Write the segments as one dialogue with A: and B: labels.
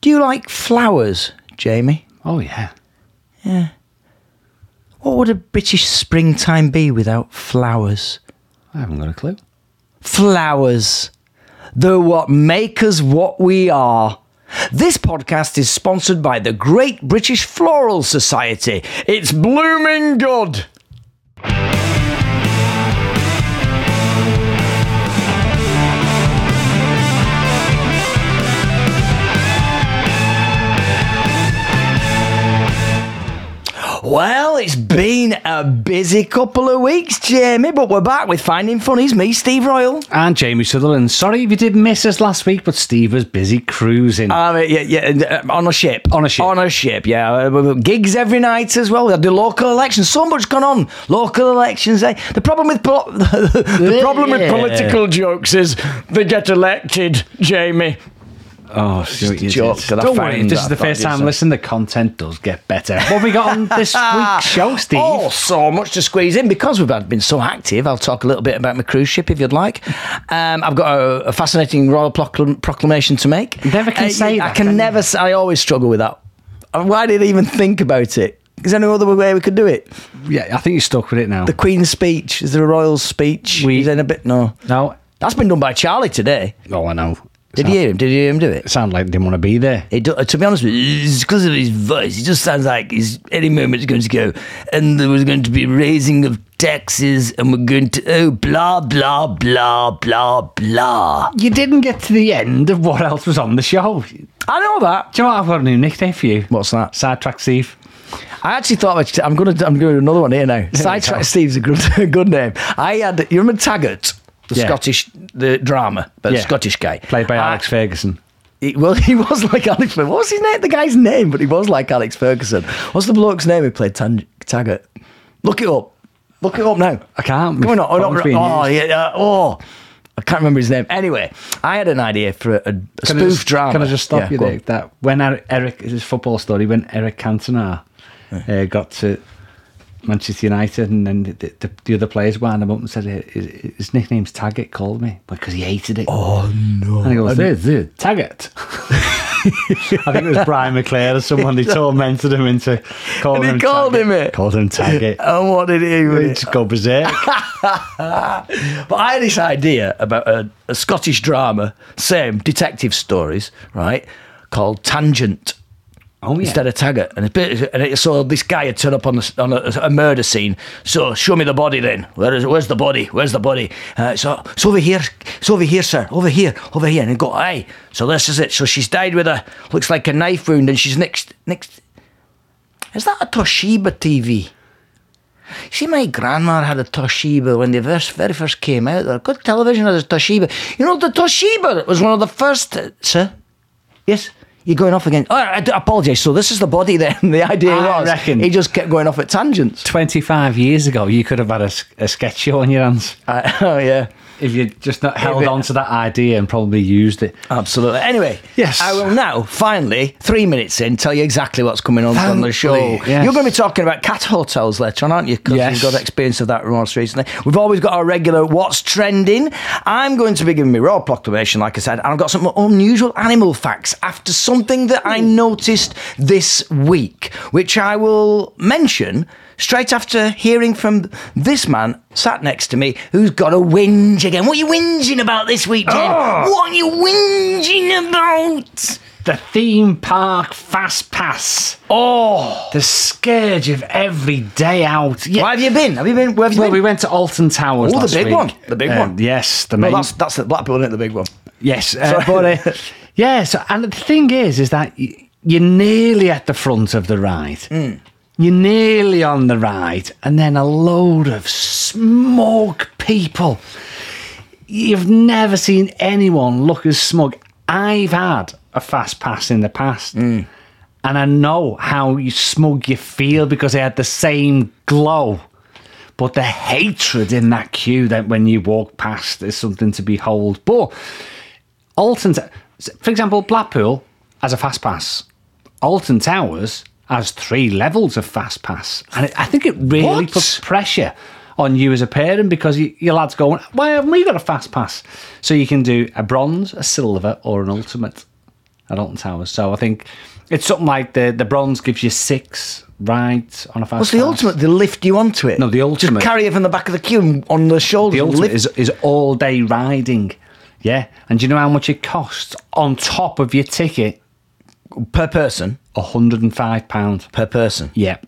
A: Do you like flowers, Jamie?
B: Oh, yeah.
A: Yeah. What would a British springtime be without flowers?
B: I haven't got a clue.
A: flowers. Though what make us what we are. This podcast is sponsored by the Great British Floral Society. It's blooming good. Well, it's been a busy couple of weeks, Jamie, but we're back with Finding Funnies. Me, Steve Royal.
B: And Jamie Sutherland. Sorry if you did miss us last week, but Steve was busy cruising.
A: Um, yeah, yeah, and, uh, on a ship.
B: On a ship.
A: On a ship, yeah. Uh, we- we- Gigs every night as well. We had the local elections. So much gone on. Local elections. Eh? The problem with pol- the problem with
B: Yeah.
A: political jokes is they get elected, Jamie.
B: oh, so it is.
A: joke that I
B: Don't worry,
A: found
B: if this
A: that
B: is the
A: I thought
B: first
A: you'd
B: time
A: say.
B: listen, the content does get better. What have we got on this week's show, Steve?
A: Oh, so much to squeeze in because we've had- been so active. I'll talk a little bit about my cruise ship if you'd like. Um, I've got a, a fascinating royal proclam- proclamation to make. Uh,
B: Never can say
A: I
B: that,
A: can
B: can
A: never. s- I always struggle with that. Uh, Why did I even think about it? Is there no other way we could do it?
B: Yeah, I think you're stuck with it now.
A: The Queen's speech. Is there a royal speech?
B: We-
A: Is there a bit? No.
B: no.
A: That's been done by Charlie today.
B: Oh, I know.
A: Did
B: Sound-
A: you hear him? Did you hear him do it?
B: Sound like they didn't want to be there.
A: It, do- to be honest with you, it's because of his voice. He just sounds like he's any moment he's going to go, and there was going to be raising of taxes, and we're going to oh blah blah blah blah blah.
B: You didn't get to the end of what else was on the show. Do you
A: I know that.
B: know what? I've got a new nickname for you.
A: What's that?
B: Sidetrack Steve.
A: I actually thought about- I'm gonna I'm gonna do another one here now.
B: go.
A: Sidetrack Steve's a good a good name. I had you remember Taggart, the
B: Yeah.
A: Scottish the drama, but the
B: Yeah.
A: Scottish guy
B: Played by
A: I-
B: Alex Ferguson.
A: He, well, he was like Alex. Fer- What was his name? The guy's name, but he was like Alex Ferguson. What's the bloke's name who played Tan- Taggart? Look it up. Look it up now.
B: I can't.
A: Come on,
B: My
A: oh, not,
B: phone's
A: oh,
B: being
A: yeah, uh, oh, I can't remember his name. Anyway, I had an idea for a, a
B: Can I
A: spoof
B: just-
A: drama.
B: Can I just stop
A: Yeah,
B: you
A: go
B: there?
A: on.
B: That when Eric, Eric this is his football story, when Eric Cantona uh, got to Manchester United, and then the, the, the other players wound him up and said "His- his nickname's Taggart. Called me because he hated it.
A: Oh no!
B: And he goes, "Dude, dude, Taggart." I think it was Brian McClare or someone. They tormented him into
A: And
B: calling
A: he
B: him.
A: called
B: Taggart.
A: him it.
B: Called him Taggart.
A: And what did he?
B: He
A: do?
B: just go berserk.
A: But I had this idea about a, a Scottish drama, same detective stories, right? Called Tangent.
B: Oh, yeah.
A: Instead of Taggart, and, it's bit, and it, so this guy had turned up on, the, on a, a murder scene. So show me the body then. Where is? Where's the body? Where's the body? Uh, so it's over here. It's over here, sir. Over here. Over here. And he go, aye. So this is it. So she's died with a looks like a knife wound, and she's next. Next. Is that a Toshiba TV? See, my grandma had a Toshiba when they first, very first came out. They're good television as a Toshiba. You know, the Toshiba was one of the first, uh, sir. Yes, you're going off again. Oh, I do apologise. So this is the body then. The idea
B: I
A: was
B: reckon-
A: he just kept going off at tangents.
B: 25 years ago, you could have had a, s- a sketch show on your hands.
A: Uh, oh yeah,
B: if you just not held
A: it-
B: on to that idea and probably used it.
A: absolutely. Anyway,
B: Yes.
A: I will now finally three minutes in tell you exactly what's coming on on the
B: Thankfully,
A: show.
B: yes.
A: You're going to be talking about cat hotels later on, aren't you? Because
B: Yes.
A: you've got experience of that most recently. We've always got our regular what's trending. I'm going to be giving me raw proclamation, like I said, and I've got some unusual animal facts after something that I
B: Hmm.
A: noticed this week, which I will mention straight after hearing from this man sat next to me who's got a whinge again. What are you whinging about this week, Jane? What are you whinging about?
B: The theme park fast pass.
A: Oh,
B: The scourge of every day out. Yeah.
A: where have you been? Have you been? Where have you
B: Well,
A: been?
B: we went to Alton Towers.
A: Oh, the
B: last
A: big
B: week.
A: one. The big
B: Uh,
A: one.
B: Yes, the
A: Well,
B: main.
A: that's that's the Blackpool, isn't it? The big one.
B: yes, uh, but uh, yeah. So, and the thing is, is that y- you're nearly at the front of the ride. You're nearly on the ride, and then a load of smug people. You've never seen anyone look as smug. I've had a fast pass in the past. And I know how you smug you feel because they had the same glow. But the hatred in that queue that when you walk past is something to behold. But Alton, for example, Blackpool has a fast pass. Alton Towers has three levels of fast pass, and it, I think it really
A: What?
B: puts pressure on you as a parent because you, your lad's going, "Why haven't we got a fast pass?" So you can do a bronze, a silver, or an ultimate. at Alton Towers. So I think it's something like the the bronze gives you six rides on a fast.
A: What's the
B: pass.
A: ultimate? They lift you onto it.
B: No, the ultimate-
A: Just carry it from the back of the queue and- on the shoulders.
B: The
A: and
B: ultimate
A: lift.
B: is, is all day riding. Yeah, and do you know how much it costs on top of your ticket?
A: per person.
B: hundred and five pound.
A: Per person.
B: Yeah,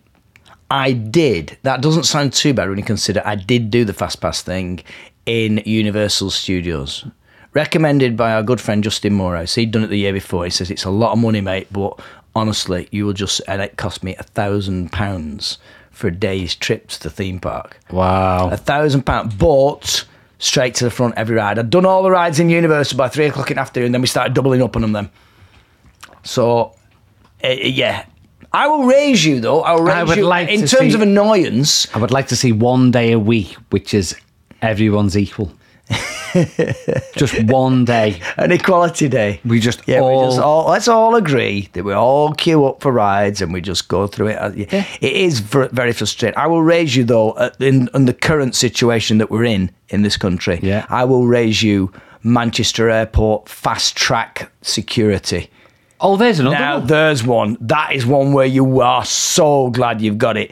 A: I did. That doesn't sound too bad when you consider I did do the fast pass thing in Universal Studios. Recommended by our good friend Justin Morris. He'd done it the year before. He says it's a lot of money, mate, but honestly, you will just and it cost me a thousand pounds for a day's trip to the theme park.
B: wow.
A: A thousand pound, but straight to the front every ride. I'd done all the rides in Universal by three o'clock in the afternoon, then we started doubling up on them. Then, so eh, eh, yeah, I will raise you though. I'll raise
B: I would
A: you
B: like
A: in
B: to
A: terms
B: see-
A: of annoyance.
B: I would like to see one day a week, which is everyone's equal. just one day.
A: An equality day.
B: We just
A: yeah,
B: all.
A: we just all let's all agree that we all queue up for rides and we just go through it. Uh,
B: Yeah.
A: It is ver- very frustrating. I will raise you though uh, in, in the current situation that we're in in this country.
B: Yeah.
A: I will raise you Manchester Airport fast track security.
B: oh, there's another
A: Now
B: one.
A: there's one. That is one where you are so glad you've got it.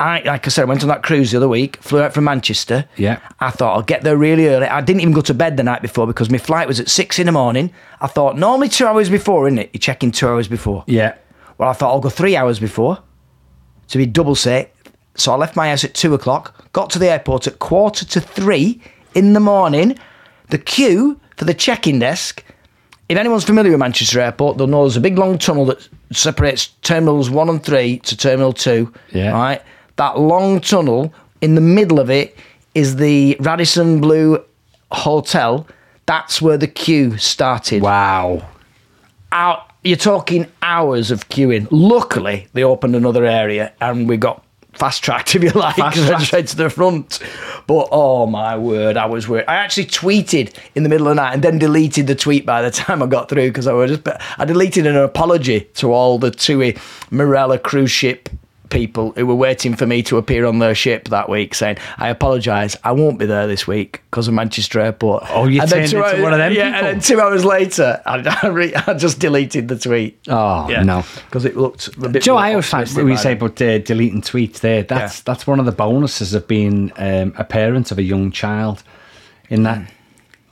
A: I, like I said, I went on that cruise the other week, flew out from Manchester.
B: Yeah.
A: I thought I'll get there really early. I didn't even go to bed the night before because my flight was at six in the morning. I thought, normally two hours before, isn't it? You check in two hours before.
B: yeah.
A: Well, I thought I'll go three hours before to be double safe. So I left my house at two o'clock, got to the airport at quarter to three in the morning. The queue for the check in desk. If anyone's familiar with Manchester Airport, they'll know there's a big long tunnel that separates terminals one and three to terminal two.
B: Yeah.
A: Right? That long tunnel, in the middle of it, is the Radisson Blue Hotel. That's where the queue started
B: Wow.
A: out. You're talking hours of queuing. Luckily, they opened another area and we got fast tracked, if you like,
B: Fast
A: straight-
B: tracked.
A: straight to the front. But oh my word, I was worried. I actually tweeted in the middle of the night and then deleted the tweet by the time I got through because I was just. I deleted an apology to all the Tui Morella cruise ship people who were waiting for me to appear on their ship that week saying I apologise I won't be there this week because of Manchester Airport
B: Oh, you
A: then
B: turned
A: two
B: into
A: hours-
B: one of them
A: yeah, and
B: people.
A: then two hours later, I, I, re, I just deleted the tweet.
B: Oh, no.
A: because it looked a bit.
B: Joe,
A: more
B: I always find
A: optimistic
B: when you
A: than
B: say about uh, deleting tweets there, that's that's one of the bonuses of being um, a parent of a young child. In that,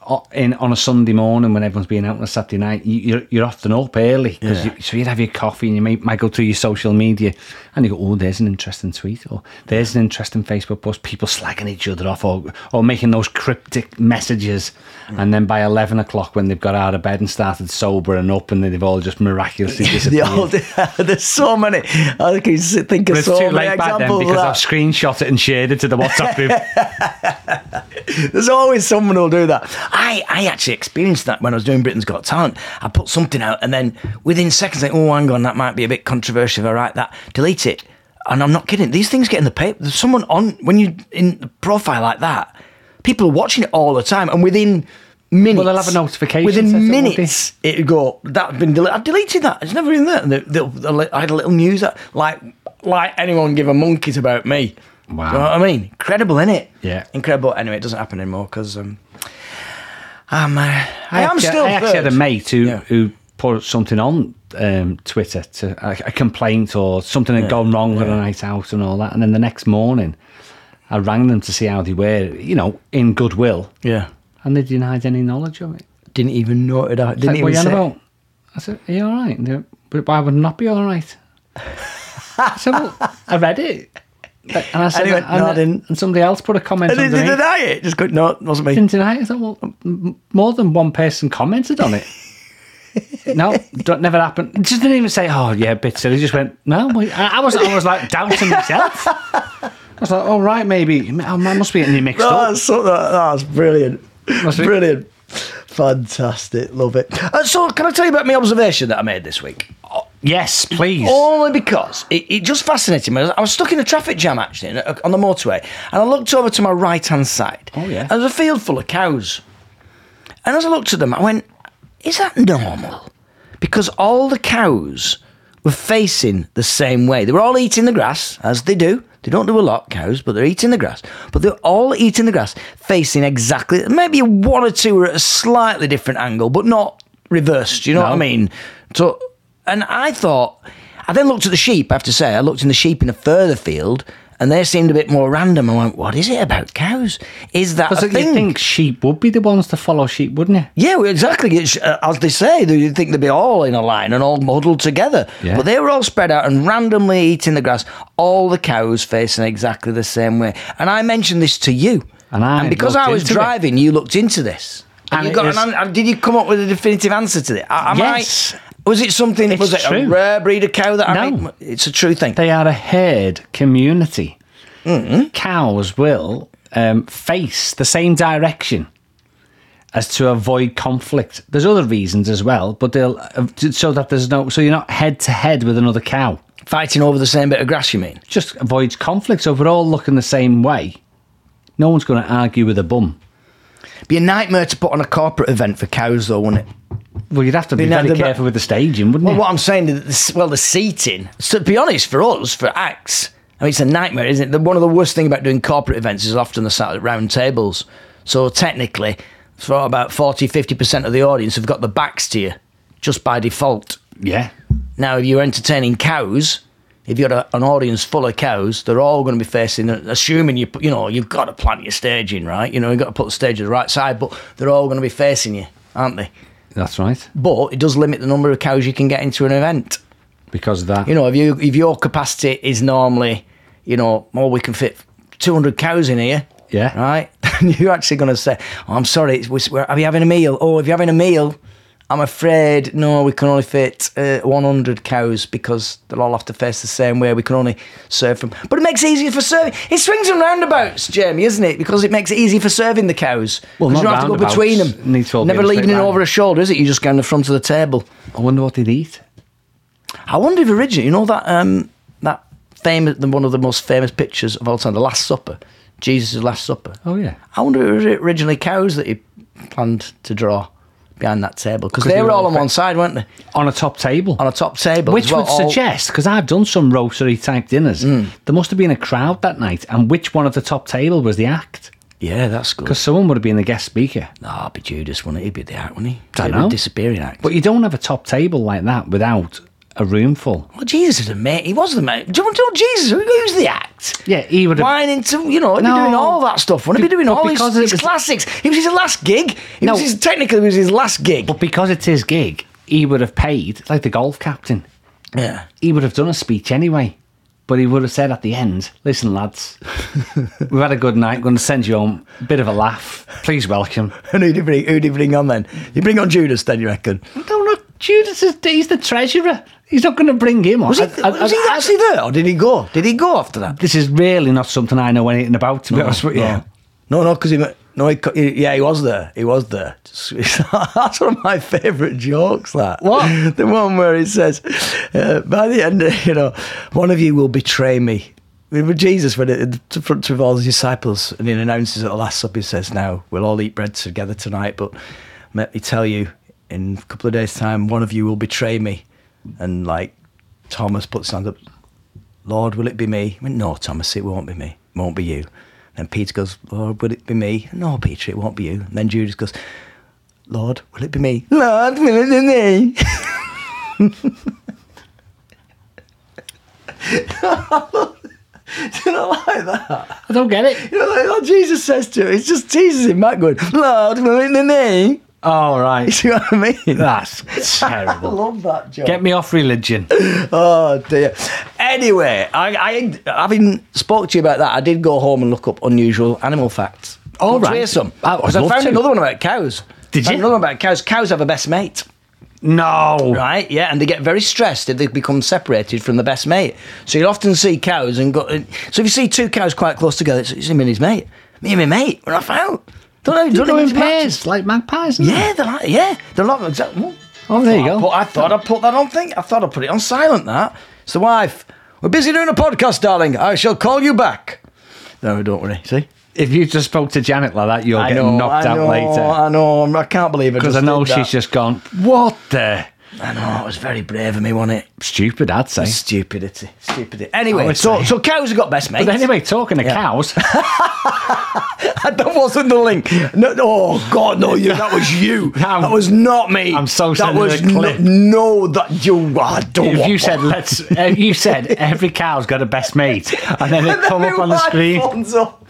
B: o- in on a Sunday morning when everyone's been out on a Saturday night, you, you're you're often up early 'cause
A: Yeah.
B: you, so you'd have your coffee and you may, might go through your social media and you go, oh, there's an interesting tweet or there's an interesting Facebook post. People slagging each other off or or making those cryptic messages,
A: Mm.
B: and then by eleven o'clock when they've got out of bed and started sober and up and they've all just miraculously
A: the
B: disappeared.
A: old, there's so many. I can s- think of
B: But it's
A: so
B: too
A: many
B: late back then
A: examples.
B: because I've
A: of
B: screenshot it and shared it to the WhatsApp group.
A: that. There's always someone who'll do that. I, I actually experienced that when I was doing Britain's Got Talent. I put something out, and then within seconds, like, oh, hang on, that might be a bit controversial. If I write that, delete it. And I'm not kidding. These things get in the paper. There's someone on when you in the profile like that. People are watching it all the time, and within minutes,
B: Well, they'll have a notification set up,
A: within
B: won't they?
A: minutes. it would go that's been deleted. I've deleted that. It's never in there. And they- they'll- they'll- I had a little news that like like anyone give a monkey's about me.
B: Wow.
A: Do you know what I mean? Incredible, isn't it?
B: Yeah.
A: Incredible. Anyway, it doesn't happen anymore because um, I'm uh, I am
B: actually-
A: still.
B: I actually had a
A: third.
B: mate who,
A: Yeah.
B: who put something on um, Twitter to a, a complaint or something had gone wrong with a night out and all that. And then the next morning, I rang them to see how they were, you know, in goodwill,
A: Yeah.
B: and they denied any knowledge of it.
A: Didn't even know it. I didn't
B: like,
A: even
B: what are you on
A: say.
B: about? I said, Are you all right? And they went, But I would not be all right. I said, Well, I read it. And I said,
A: And he went,
B: and,
A: "No, I didn't."
B: and somebody else put a comment
A: And they,
B: underneath.
A: they deny it. Just go. No, it wasn't me.
B: didn't deny it. I thought, well, m- more than one person commented on it. no, don't, never happened. Just didn't even say, oh, yeah, a bit silly. Just went, no. well, I, I was I was like doubting myself. I was like, oh, right, maybe. I must be getting you mixed
A: Oh,
B: up.
A: that's, so, that, that's brilliant.
B: Must be-
A: Brilliant. Fantastic. Love it. Uh, so, can I tell you about my observation that I made this week?
B: Yes, please.
A: Only because it, it just fascinated me. I was stuck in a traffic jam actually in a- on the motorway, and I looked over to my right hand side.
B: Oh, yeah.
A: And there's a field full of cows. And as I looked at them, I went, "Is that normal?" Because all the cows were facing the same way. They were all eating the grass as they do. They don't do a lot, cows, but they're eating the grass. But they're all eating the grass facing exactly. Maybe one or two are at a slightly different angle, but not reversed. You know what I
B: No.
A: mean? So, and I thought, I then looked at the sheep. I have to say, I looked in the sheep in a further field, and they seemed a bit more random. I went, "What is it about cows? Is that a
B: Because
A: thing?"
B: you think sheep would be the ones to follow sheep, wouldn't you?
A: Yeah, well, exactly. It's, uh, as they say, they- you'd think they'd be all in a line and all muddled together.
B: Yeah.
A: But they were all spread out and randomly eating the grass, all the cows facing exactly the same way. And I mentioned this to you.
B: And I
A: because
B: looked
A: I was
B: into it.
A: driving, you looked into this. And,
B: And
A: you
B: it
A: got
B: is-
A: an, an- did you come up with a definitive answer to this? Am
B: Yes.
A: I, was it something,
B: It's
A: was it a
B: true.
A: rare breed of cow that I
B: No.
A: made- It's a true thing.
B: They are a herd community.
A: Mm-hmm.
B: Cows will um, face the same direction as to avoid conflict. There's other reasons as well, but they'll uh, so that there's no so you're not head to head with another cow.
A: Fighting over the same bit of grass, you mean?
B: Just avoids conflict. So if we're all looking the same way, no one's going to argue with a bum.
A: Be a nightmare to put on a corporate event for cows, though, wouldn't it?
B: Well, you'd have to be
A: Be now
B: very
A: the-
B: careful with the staging, wouldn't
A: Well,
B: you?
A: what I'm saying is, that this- well, the seating. So to be honest, for us, for acts, I mean, it's a nightmare, isn't it? The, one of the worst thing about doing corporate events is often the sat at round tables. So technically, for about 40, 50 percent of the audience have got the backs to you, just by default.
B: Yeah.
A: Now, if you're entertaining cows, if you've got a, an audience full of cows, they're all going to be facing, assuming you, you know, you've got to plant your staging right. You know, you've got to put the stage to the right side, but they're all going to be facing you, aren't they?
B: That's right.
A: But it does limit the number of cows you can get into an event.
B: Because of that.
A: You know, if you if your capacity is normally, you know, oh, we can fit 200 cows in here.
B: Yeah.
A: Right? And you're actually going to say, oh, I'm sorry, it's, we're, are you having a meal? Oh, if you're having a meal, I'm afraid, no, we can only fit uh, 100 cows because they'll all have to face the same way. We can only serve them. But it makes it easier for serving. It swings and roundabouts, Jamie, isn't it? Because it makes it easy for serving the cows.
B: Well,
A: 'Cause you
B: not
A: don't have to go
B: roundabouts.
A: between them.
B: Needs to all be
A: Never
B: in a straight
A: leaning
B: line.
A: over a shoulder, is it? You just go in the front of the table.
B: I wonder what they'd eat.
A: I wonder if originally, you know that um, that famous, the, one of the most famous pictures of all time, the Last Supper, Jesus' Last Supper.
B: Oh, yeah.
A: I wonder if it was originally cows that he planned to draw behind that table because they,
B: they
A: were
B: were
A: all
B: all
A: on
B: fa-
A: one side, weren't they?
B: On a top table.
A: On a top table, as
B: Which
A: well,
B: would
A: all-
B: suggest, because I've done some rotary type dinners, there must have been a crowd that night, and which one at the top table was the act?
A: yeah, that's good.
B: Because someone would have been the guest speaker.
A: Ah, it'd be Judas, wouldn't it? He'd be the act, wouldn't he? He'd
B: Dunno.
A: be a disappearing act.
B: But you don't have a top table like that without a room full.
A: well, Jesus is a mate. He was the mate. Do you want to know Jesus? Who- Who's the act?
B: Yeah, he would have.
A: Whining to, you know, he'd be
B: No.
A: doing all that stuff. Wouldn't he be doing
B: But
A: all his,
B: because it
A: his
B: was-
A: classics? It was his last gig. It
B: No.
A: was his, technically, it was his last gig.
B: But because it's his gig, he would have paid, like the golf captain,
A: Yeah.
B: he would have done a speech anyway. But he would have said at the end, listen, lads, we've had a good night, going to send you home. Bit of a laugh. Please welcome.
A: And who do you bring? Who do you bring on then? You bring on Judas, then you reckon?
B: No, not Judas. Is, he's the treasurer. He's not going to bring him on.
A: Was he,
B: I- I-
A: was he
B: I-
A: actually there, or did he go? Did he go after that?
B: this is really not something I know anything about, to be honest with you.
A: No, no, because he. ma- No, he, co- he- yeah, he was there. He was there. That's one of my favourite jokes. That
B: What?
A: the one where it says, uh, by the end, you know, one of you will betray me. Remember Jesus when it, in front of all his disciples, and he announces at the Last Supper, he says, "Now we'll all eat bread together tonight, but let me tell you, in a couple of days' time, one of you will betray me." And like Thomas puts his hand up, Lord, will it be me? I went, no, Thomas, it won't be me. It won't be you. Then Peter goes, Lord, will it be me? No, Peter, it won't be you. And then Judas goes, Lord, will it be me? Lord, will it be me? Do you not like that?
B: I don't get it.
A: You know, like what Jesus says to him, it's just Jesus in back going, Lord, will it be me?
B: All right.
A: Do you know what I mean?
B: That's
A: I
B: terrible.
A: love that joke.
B: Get me off religion.
A: Oh dear. Anyway, I, I having spoke to you about that, I did go home and look up unusual animal facts.
B: All
A: Can I
B: right.
A: hear some.
B: I would
A: Because I
B: love
A: found
B: to.
A: another one about cows.
B: Did
A: Found
B: you?
A: Another one about cows. Cows have a best mate.
B: No.
A: Right, yeah, and they get very stressed if they become separated from the best mate. So you'll often see cows and go. and- So if you see two cows quite close together, it's, it's him and his mate. Me and my mate, we're off out. Don't know,
B: They're
A: don't know
B: going
A: who's
B: in pairs, like magpies. isn't
A: Yeah, they're like, yeah, they're not exactly.
B: Oh, there you
A: I
B: go.
A: put- I thought I put that on thing. I thought I put it on silent. That it's the wife. We're busy doing a podcast, darling. I shall call you back. No, don't worry. See,
B: they? If you just spoke to Janet like that, you're
A: I
B: getting
A: know,
B: knocked
A: I
B: out
A: know,
B: later.
A: I know. I'm- I can't believe it.
B: Because I know she's just gone, what the?
A: I know, it was very brave of me, wasn't it?
B: Stupid, I'd say.
A: Stupidity. Stupidity.
B: I
A: Anyway,
B: would
A: so,
B: say.
A: so cows have got best mates.
B: But anyway, talking of cows,
A: that wasn't the link. No, oh God, no, you. That was you.
B: I'm-
A: that was not me.
B: I'm so
A: That
B: sending
A: was
B: a clip.
A: No, no, that you. I don't.
B: if
A: want
B: you said
A: one.
B: let's, if you said every cow's got a best mate, and then it come up on the screen.
A: Phones up.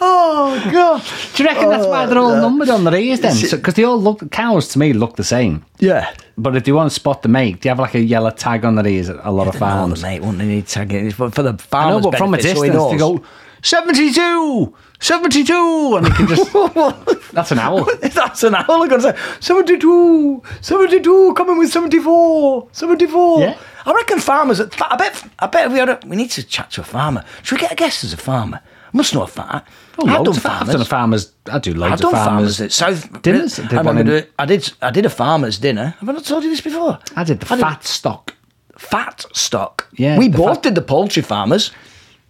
A: oh God.
B: Do you reckon that's why they're all
A: Oh, no.
B: numbered on their ears then? Because they all look cows to me look the same.
A: Yeah.
B: But if you want to spot the mate, do you have like a yellow tag on their ears? at A lot of
A: Farm,
B: farms.
A: mate, wouldn't they need tagging? It's For for the
B: I know,
A: farmers.
B: but from a
A: benefit, so he
B: distance, they
A: knows.
B: go 72, 72, and you can just. that's an owl.
A: That's an hour ago. Say, 72, 72, coming with 74, 74.
B: Yeah.
A: I reckon farmers, are- I bet, I bet if we had a, we need to chat to a farmer. Should we get a guest as a farmer? Must know a farmer.
B: Oh,
A: I've
B: loads
A: done
B: of- I've
A: farmers.
B: done a farmers. I do loads
A: I've done
B: of
A: farmers.
B: farmers.
A: at South
B: Dinners, I did
A: I,
B: one in-
A: remember doing- I did. I did a farmer's dinner. Have I not told you this before?
B: I did the fat stock.
A: fat stock.
B: Yeah,
A: we
B: the
A: both
B: fat-
A: did the poultry farmers.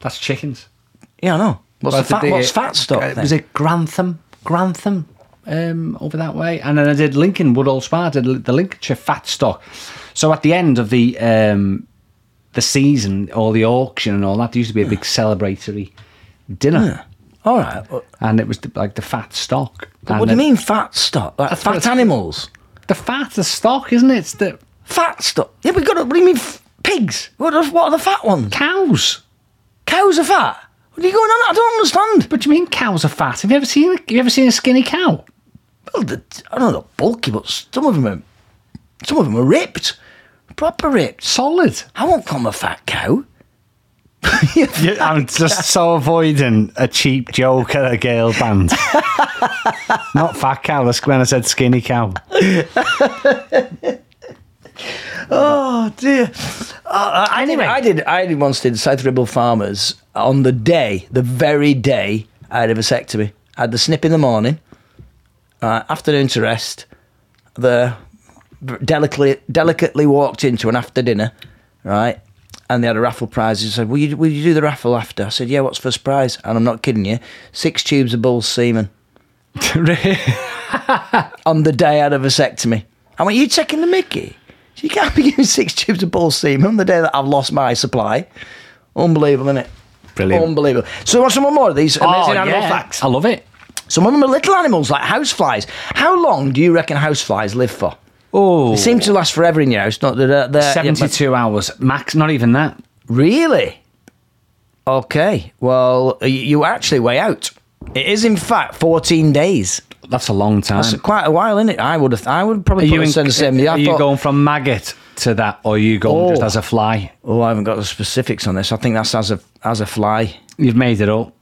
B: That's chickens.
A: Yeah, I know. What's
B: Well,
A: the fat?
B: did the-
A: What's fat stock?
B: uh,
A: then?
B: Was it Grantham? Grantham um, over that way, and then I did Lincoln Woodall Spa. I did the Lincolnshire Fat Stock. So at the end of the um, the season or the auction and all that, there used to be a big celebratory dinner,
A: All right. well,
B: and it was the, like the fat stock. And
A: what do you
B: the-
A: mean fat stock? Like
B: what
A: fat
B: it's-
A: animals.
B: The fat the stock, isn't it? It's the
A: Fat stuff. Yeah, we got. to- What do you mean f- pigs? What are, what are the fat ones?
B: cows.
A: Cows are fat. What are you going on? I don't understand.
B: But do you mean cows are fat? Have you ever seen? a- Have you ever seen a skinny cow?
A: Well, the, I don't know they're bulky, but some of them are. Some of them are ripped, proper ripped.
B: Solid.
A: I won't call them a fat cow.
B: Yeah, I'm just so avoiding a cheap joke at a girl band. Not fat cow. That's when I said skinny cow.
A: Oh dear. Uh, I,
B: Anyway.
A: did, I did. I did once did South Ribble Farmers on the day, the very day I had a vasectomy. I had the snip in the morning, uh, afternoon to rest. The delicately delicately walked into an after dinner, right? And they had a raffle prize. He said, "Will you will you do the raffle after?" I said, "Yeah. What's first prize?" And I'm not kidding you. Six tubes of bull semen on the day I had a vasectomy. I went, you taking the mickey? You can't be giving six tubes of bull semen on the day that I've lost my supply. Unbelievable, isn't it?
B: Brilliant. Oh,
A: Unbelievable. So, you want some more of these amazing animal facts?
B: I love it.
A: Some of them are little animals like houseflies. How long do you reckon houseflies live for?
B: Oh,
A: They seem to last forever in your house. Not that they're, they're- yeah, but-
B: 72 hours max. Not even that.
A: Really? Okay. Well, y- you actually way out. It is, in fact, 14 days.
B: That's a long time.
A: That's quite a while, isn't it? I would have. I would probably put us in the same. I
B: are you
A: thought-
B: going from maggot to that, or are you going
A: Oh.
B: just as a fly?
A: Oh, I haven't got the specifics on this. I think that's as a as a fly.
B: You've made it up.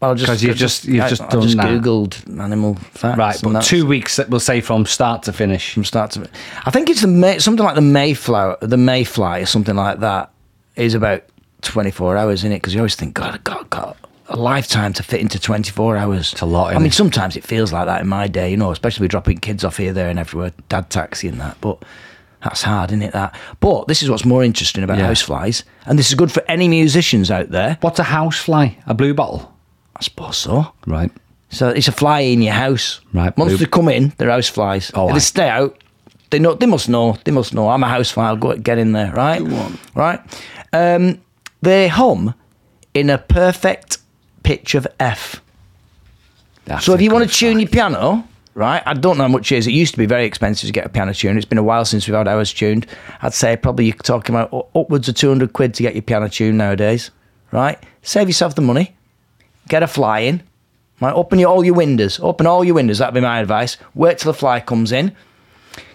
A: Well, just
B: 'Cause you've just- you've
A: I-
B: just
A: I
B: done
A: just
B: that.
A: googled animal facts.
B: Right,
A: and
B: but
A: that's
B: two weeks, we'll say from start to finish.
A: from start to. I think it's the May, something like the Mayflower, the Mayfly, or something like that. Is about twenty four hours in it because you always think, God, God, God, a lifetime to fit into twenty four hours. It's
B: a lot,
A: I
B: isn't
A: mean,
B: it?
A: sometimes it feels like that in my day, you know, especially dropping kids off here, there, and everywhere, dad taxi and that, but. That's hard, isn't it? That, but this is what's more interesting about
B: Yeah.
A: houseflies, and this is good for any musicians out there.
B: What's a house fly? A blue bottle?
A: I suppose so.
B: Right.
A: So it's a fly in your house.
B: Right,
A: Once
B: blue-
A: they come in, they're house flies.
B: Oh,
A: if
B: aye.
A: they stay out, they know they must know. They must know. I'm a house fly, I'll go get in there, right? Right. Um, they hum in a perfect pitch of F.
B: That's
A: So if
B: a
A: you want
B: good
A: to tune your piano, right? I don't know how much it is. It used to be very expensive to get a piano tuned. It's been a while since we've had ours tuned. I'd say probably you're talking about u- upwards of 200 quid to get your piano tuned nowadays, right? Save yourself the money. Get a fly in. Right? Open your, all your windows. Open all your windows. That'd be my advice. Wait till the fly comes in.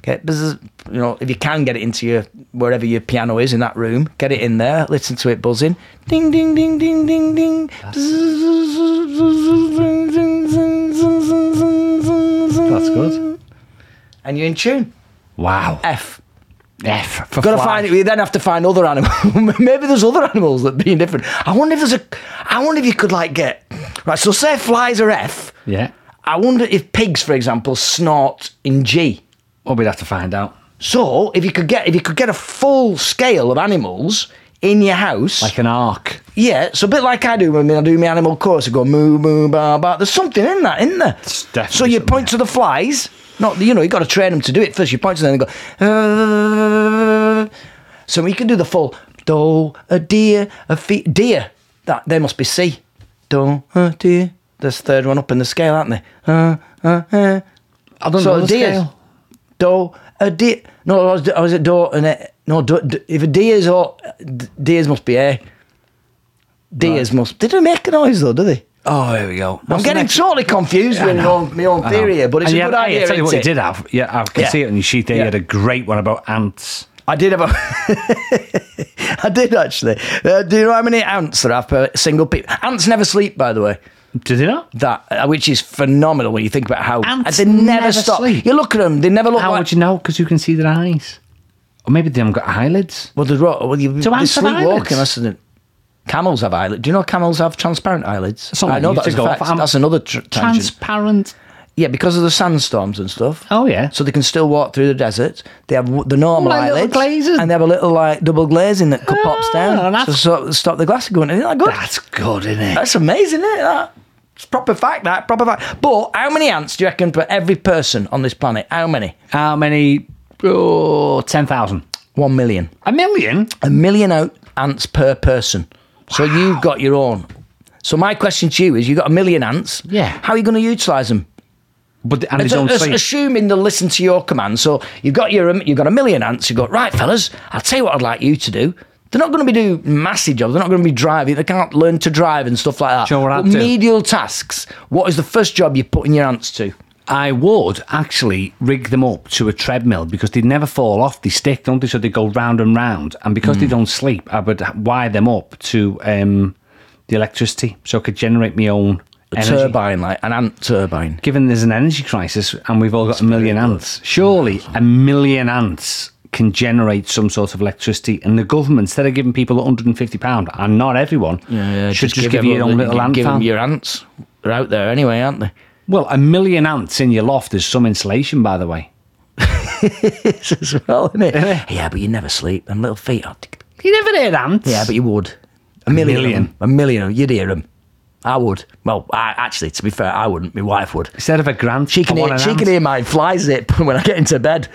A: Get, buzz- you know, if you can get it into your wherever your piano is in that room, get it in there. Listen to it buzzing. Ding ding ding ding ding ding. That's
B: That's good.
A: And you're in tune.
B: Wow.
A: F.
B: F for
A: Gotta
B: fly.
A: find it. You then have to find other animals. Maybe there's other animals that being different. I wonder if there's a. I wonder if you could like get right. So say flies are F.
B: Yeah.
A: I wonder if pigs, for example, snort in G.
B: Well, we'd have to find out.
A: So if you could get if you could get a full scale of animals in your house,
B: Like an arc.
A: yeah, so a bit like I do when I do my animal course, I go moo moo ba ba. There's something in that, isn't there?
B: It's definitely
A: so you
B: something
A: point to the flies, Not you know you got to train him to do it first. You point to them and go. Uh, so he can do the full do a deer a fe deer. That they must be C. Do a deer. There's third one up in the scale, aren't they? Uh, uh, uh.
B: I don't
A: so
B: know
A: a
B: the
A: deer.
B: scale.
A: Do a deer. No, I was, I was at do and a, no. Do, d if a deer's or d- deers must be A. Deers must. They don't make a noise though, do they?
B: Oh, here we go.
A: I'm getting totally confused with my own, my own theory here, but it's
B: and
A: a
B: you
A: good
B: had- hey,
A: idea.
B: I tell you
A: isn't
B: what, you
A: it?
B: did have. Yeah, I can
A: Yeah.
B: see it on your sheet there.
A: Yeah.
B: You had a great one about ants.
A: I did have a. I did actually. Uh, do you know how many ants there are per single people? Ants never sleep, by the way.
B: Did you not?
A: That uh, which is phenomenal when you think about how
B: Ants
A: they never,
B: never
A: stop.
B: sleep.
A: You look at them; they never look.
B: How
A: like,
B: would you know? Because you can see their eyes. Or maybe they haven't got eyelids.
A: Well, they're, ro- well, you,
B: Do
A: they're
B: ants have eyelids?
A: sleepwalking. That's the- Camels have eyelids. Do you know camels have transparent eyelids?
B: Something
A: I know
B: you
A: that's
B: used
A: a
B: to go
A: fact.
B: off. I'm-
A: That's another tr- tangent.
B: Transparent.
A: yeah, because of the sandstorms and stuff.
B: Oh, yeah.
A: so they can still walk through the desert. They have w- the normal
B: Like little
A: eyelids,
B: glazes.
A: and they have a little like double glazing that co- pops
B: Ah,
A: down to
B: that's-
A: sort of stop the glass going. Isn't that good?
B: That's good, isn't it?
A: That's amazing, isn't it? That? It's proper fact. That proper fact. But how many ants do you reckon per every person on this planet? How many?
B: How many? Oh, 10,000.
A: One million.
B: A million?
A: A million out ants per person. So you've got your own. So my question to you is: You've got a million ants.
B: Yeah.
A: How are you going to utilise them?
B: But and they
A: So,
B: don't
A: as-
B: sleep.
A: assuming they'll listen to your command. So you've got your you've got a million ants. You've got right, fellas. I'll tell you what I'd like you to do. They're not going to be doing massive jobs. They're not going to be driving. They can't learn to drive and stuff like that.
B: Do you know what I'd
A: But
B: do?
A: medial tasks. What is the first job you're putting your ants to?
B: I would actually rig them up to a treadmill because they never fall off. They stick, don't they? So they go round and round. And because
A: Hmm.
B: they don't sleep, I would wire them up to um, the electricity so I could generate my own energy.
A: Turbine, like an ant turbine.
B: Given there's an energy crisis and we've all got a million ants, surely a million ants can generate some sort of electricity. And the government, instead of giving people £150, and not everyone, should just, give, you your own little
A: Uh,
B: ant
A: Give them
B: farm.
A: your ants. They're out there anyway, aren't they?
B: Well, a million ants in your loft is some insulation, by the way.
A: as well, isn't it? Yeah, but you never sleep. And little feet are. tick, tick.
B: You never hear ants.
A: Yeah, but you would. A million. of
B: million.
A: them. A million. of- You'd hear them. I would. Well, I, actually, to be fair, I wouldn't. My wife would.
B: Instead of a grand,
A: She can, hear, she can hear my fly zip when I get into bed.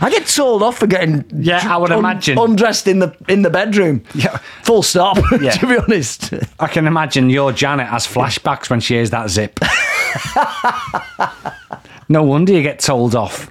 A: I get sold off for getting
B: Yeah, I would imagine.
A: undressed in the in the bedroom.
B: Yeah.
A: full stop.
B: Yeah.
A: to be honest,
B: I can imagine your Janet has flashbacks when she hears that zip. no wonder you get told off.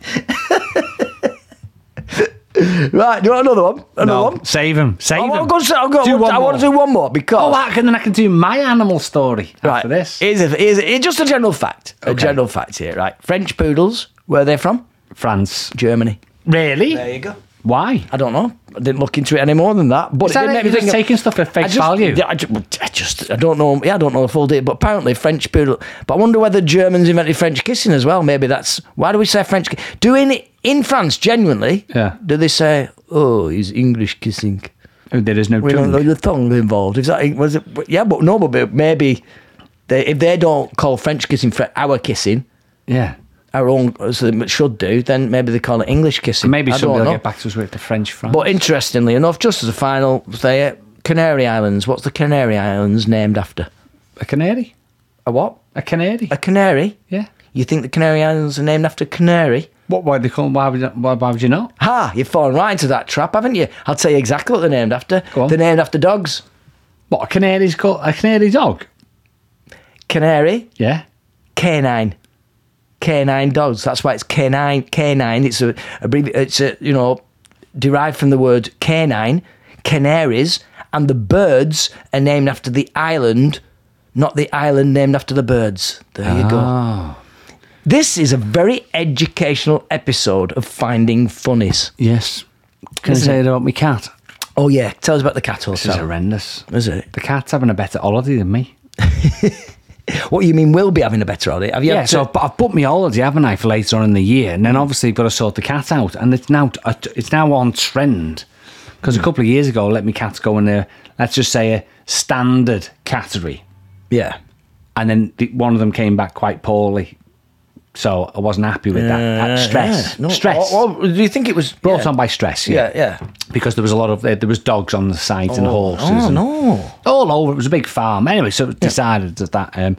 A: right? Do you want another one? Another
B: No,
A: one.
B: save him. Save
A: I'm,
B: him.
A: I'm going to, I'm going
B: Do one
A: I want to
B: more.
A: do one more because
B: Oh, I can, then I can do my animal story
A: right.
B: after this.
A: Here's, a, here's, a, here's just a general fact. A
B: Okay.
A: general fact here, right? French poodles. Where are they from?
B: France.
A: Germany.
B: Really?
A: you go.
B: Why?
A: I don't know. I didn't look into it any more than that. But
B: Is
A: it
B: that
A: didn't
B: it?
A: make me
B: You're just
A: think of-
B: taking stuff at face
A: I just,
B: value?
A: Yeah, I ju- well, I just, I just, don't know. Yeah, I don't know the full date, but apparently French poodle. But I wonder whether Germans invented French kissing as well. Maybe that's why do we say French? ki- Do in in France genuinely?
B: Yeah.
A: Do they say oh, is English kissing?
B: Oh, there is no
A: We don't
B: tongue.
A: know the tongue involved. Is that was it? Yeah, but no, but maybe they, if they don't call French kissing Fre- our kissing.
B: Yeah.
A: Our own, as they should do, then maybe they call it English kissing.
B: Maybe
A: I don't
B: somebody will
A: know.
B: get back to us with the French France.
A: But interestingly enough, just as a final say, Canary Islands. What's the Canary Islands named after?
B: a canary?
A: A what?
B: A canary?
A: A canary?
B: yeah.
A: You think the Canary Islands are named after a canary?
B: What? Why they call? Why would? you- Why, why would you not?
A: Ha! You've fallen right into that trap, haven't you? I'll tell you exactly what they're named after.
B: Go on.
A: They're named after dogs.
B: What a canary's called? A canary dog?
A: Canary,
B: Yeah.
A: canine. Canine dogs. That's why it's canine. Canine. It's a, a brevi- it's a you know derived from the word canine, canaries, and the birds are named after the island, not the island named after the birds. There you go.
B: Oh.
A: This is a very educational episode of Finding Funnies.
B: Yes. Can
A: Isn't
B: I say it about my cat?
A: Oh yeah, tell us about the cat
B: This is
A: also.
B: horrendous.
A: Is it?
B: The cat's having a better holiday than me.
A: What you mean? We'll be having a better holiday. Have you?
B: Yeah,
A: had
B: so
A: to-
B: I've, I've put my holiday, haven't I, for later on in the year, and then obviously got to sort the cat out, and it's now uh, it's now on trend because
A: Hmm.
B: a couple of years ago, I let me cats go in there. Let's just say a standard cattery,
A: yeah.
B: and then the, one of them came back quite poorly, so I wasn't happy with that. that stress,
A: Uh, Yeah, no,
B: stress
A: or- or do you think it was
B: brought
A: yeah.
B: on by stress.
A: Yeah, yeah.
B: because there was a lot of there, there was dogs on the sides and horses.
A: Oh
B: and,
A: no.
B: all over. It was a big farm. Anyway, so it decided that that. Um,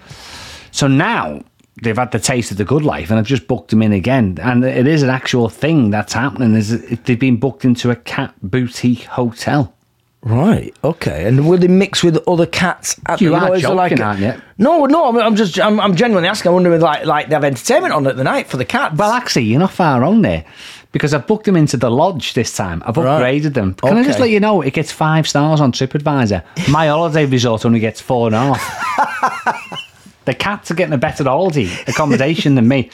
B: so now they've had the taste of the good life, and I've just booked them in again. And it is an actual thing that's happening. Is it- they've been booked into a cat boutique hotel.
A: Right. Okay. And will they mix with other cats? At
B: You
A: the,
B: are
A: is there
B: joking, aren't you?
A: No, no. I'm, I'm just. I'm, I'm genuinely asking. I'm wondering, like, like they have entertainment on at the night for the cats.
B: Well, actually, you're not far wrong there because I've booked them into the lodge this time. I've
A: Right.
B: upgraded them. Can I just
A: Okay.
B: let you know it gets five stars on TripAdvisor? My holiday resort only gets four and a half. the cats are getting a better holiday accommodation than me.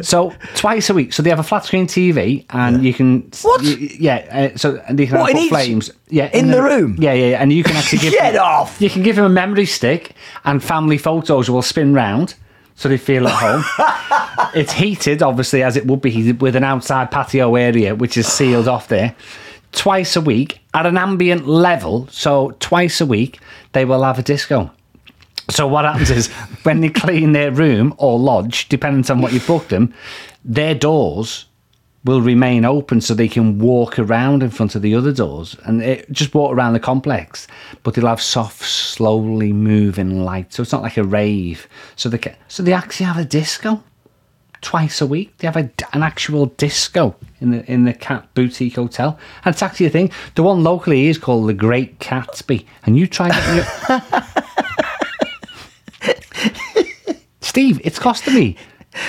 B: So twice a week, so they have a flat screen TV, and you can
A: What?
B: y- yeah, uh, so and they can
A: What,
B: have
A: in
B: put
A: each-
B: flames. Yeah,
A: in the room?
B: Yeah, yeah, yeah, and you can actually give
A: Get off!
B: you can give them a memory stick, and family photos will spin round so they feel at home. it's heated, obviously, as it would be heated with an outside patio area, which is sealed off there. Twice a week at an ambient level, so twice a week they will have a disco. So what happens is when they clean their room or lodge, depending on what you booked them, their doors will remain open so they can walk around in front of the other doors and it, just walk around the complex. But they'll have soft, slowly moving lights, so it's not like a rave. So they ca- so they actually have a disco twice a week. They have a, an actual disco in the in the cat boutique hotel, and it's actually a thing. The one locally is called the Great Catsby, and you try. getting your- Steve, it's costing me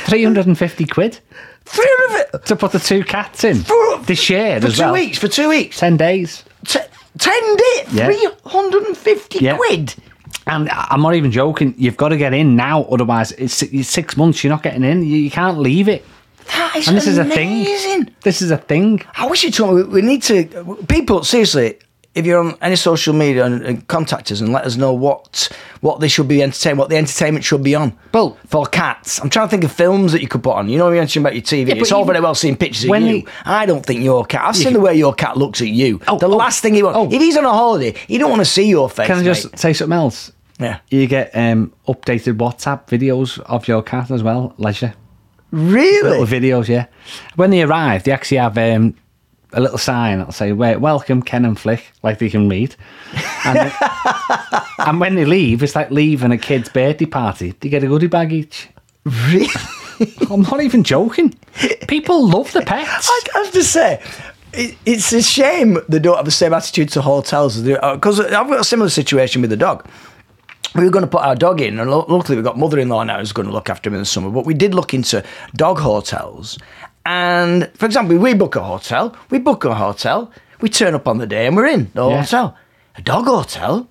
B: 350 quid
A: three hundred
B: to put the two cats in.
A: For-
B: They shared
A: for
B: as
A: two
B: well.
A: weeks. For two weeks.
B: 10 days.
A: T- ten days.
B: Yeah.
A: Three hundred and fifty
B: Yeah.
A: quid.
B: And I- I'm not even joking. You've got to get in now, otherwise, it's si- it's six months. You're not getting in. You, you can't leave it.
A: That is
B: And this
A: amazing.
B: is a thing. This is a thing.
A: I wish you told me. We need to. People, seriously, if you're on any social media and, and contact us and let us know what what they should be entertained, what the entertainment should be on.
B: Well-
A: for cats, I'm trying to think of films that you could put on. You know, you mentioned about your TV.
B: Yeah, but
A: it's all
B: even-
A: very well seeing pictures of
B: when
A: you.
B: they-
A: I don't think your cat. I've seen
B: can-
A: the way your cat looks at you.
B: Oh,
A: the
B: oh,
A: last thing he wants.
B: oh.
A: If he's on a holiday, he don't want to see your face.
B: Can I just
A: mate.
B: say something else?
A: Yeah.
B: You get um, updated WhatsApp videos of your cat as well, leisure.
A: Really?
B: Little videos, yeah. When they arrive, they actually have um, a little sign that'll say, "Wait, welcome Ken and Flick," like they can read. And, and when they leave, it's like leaving a kid's birthday party. They get a goodie bag each.
A: Really?
B: I'm not even joking. People love the pets.
A: I have to say, it, it's a shame they don't have the same attitude to hotels because uh, I've got a similar situation with the dog. We were going to put our dog in, and lu- luckily we've got mother-in-law now who's going to look after him in the summer. But we did look into dog hotels, and for example, we book a hotel. We book a hotel. We turn up on the day, and we're in the
B: Yeah.
A: hotel. A dog hotel.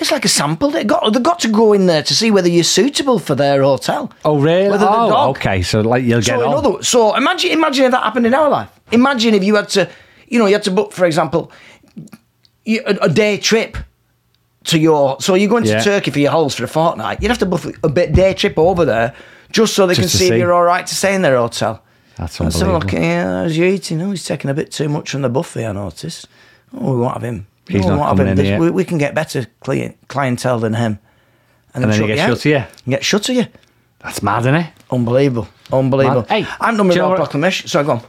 A: It's like a sample. They got they got to go in there to see whether you're suitable for their hotel.
B: Oh really?
A: Whether the
B: oh,
A: dog-
B: okay. So like you'll get
A: so
B: on.
A: another. So imagine, imagine if that happened in our life. Imagine if you had to, you know, you had to book, for example, you- a, a day trip to your. So you're going to
B: Yeah.
A: Turkey for your holes for a fortnight. You'd have to book a bit day trip over there just so they
B: Just
A: can
B: to
A: see, if
B: see.
A: you're all right to stay in their hotel.
B: That's
A: And so
B: unbelievable.
A: look, yeah, as you're eating, oh, he's taking a bit too much from the buffet. I notice. Oh, we won't have him.
B: He's
A: Oh, we
B: not
A: won't have
B: coming
A: him.
B: in
A: This-
B: here.
A: we, we can get better client, clientele than him.
B: And then he
A: shut
B: gets
A: you out.
B: shut to you.
A: Get shut to you.
B: That's mad, isn't it?
A: Unbelievable. Unbelievable.
B: Man, hey,
A: I'm done
B: do
A: with
B: you know
A: Royal
B: what-
A: Proclamation. Sorry, go on.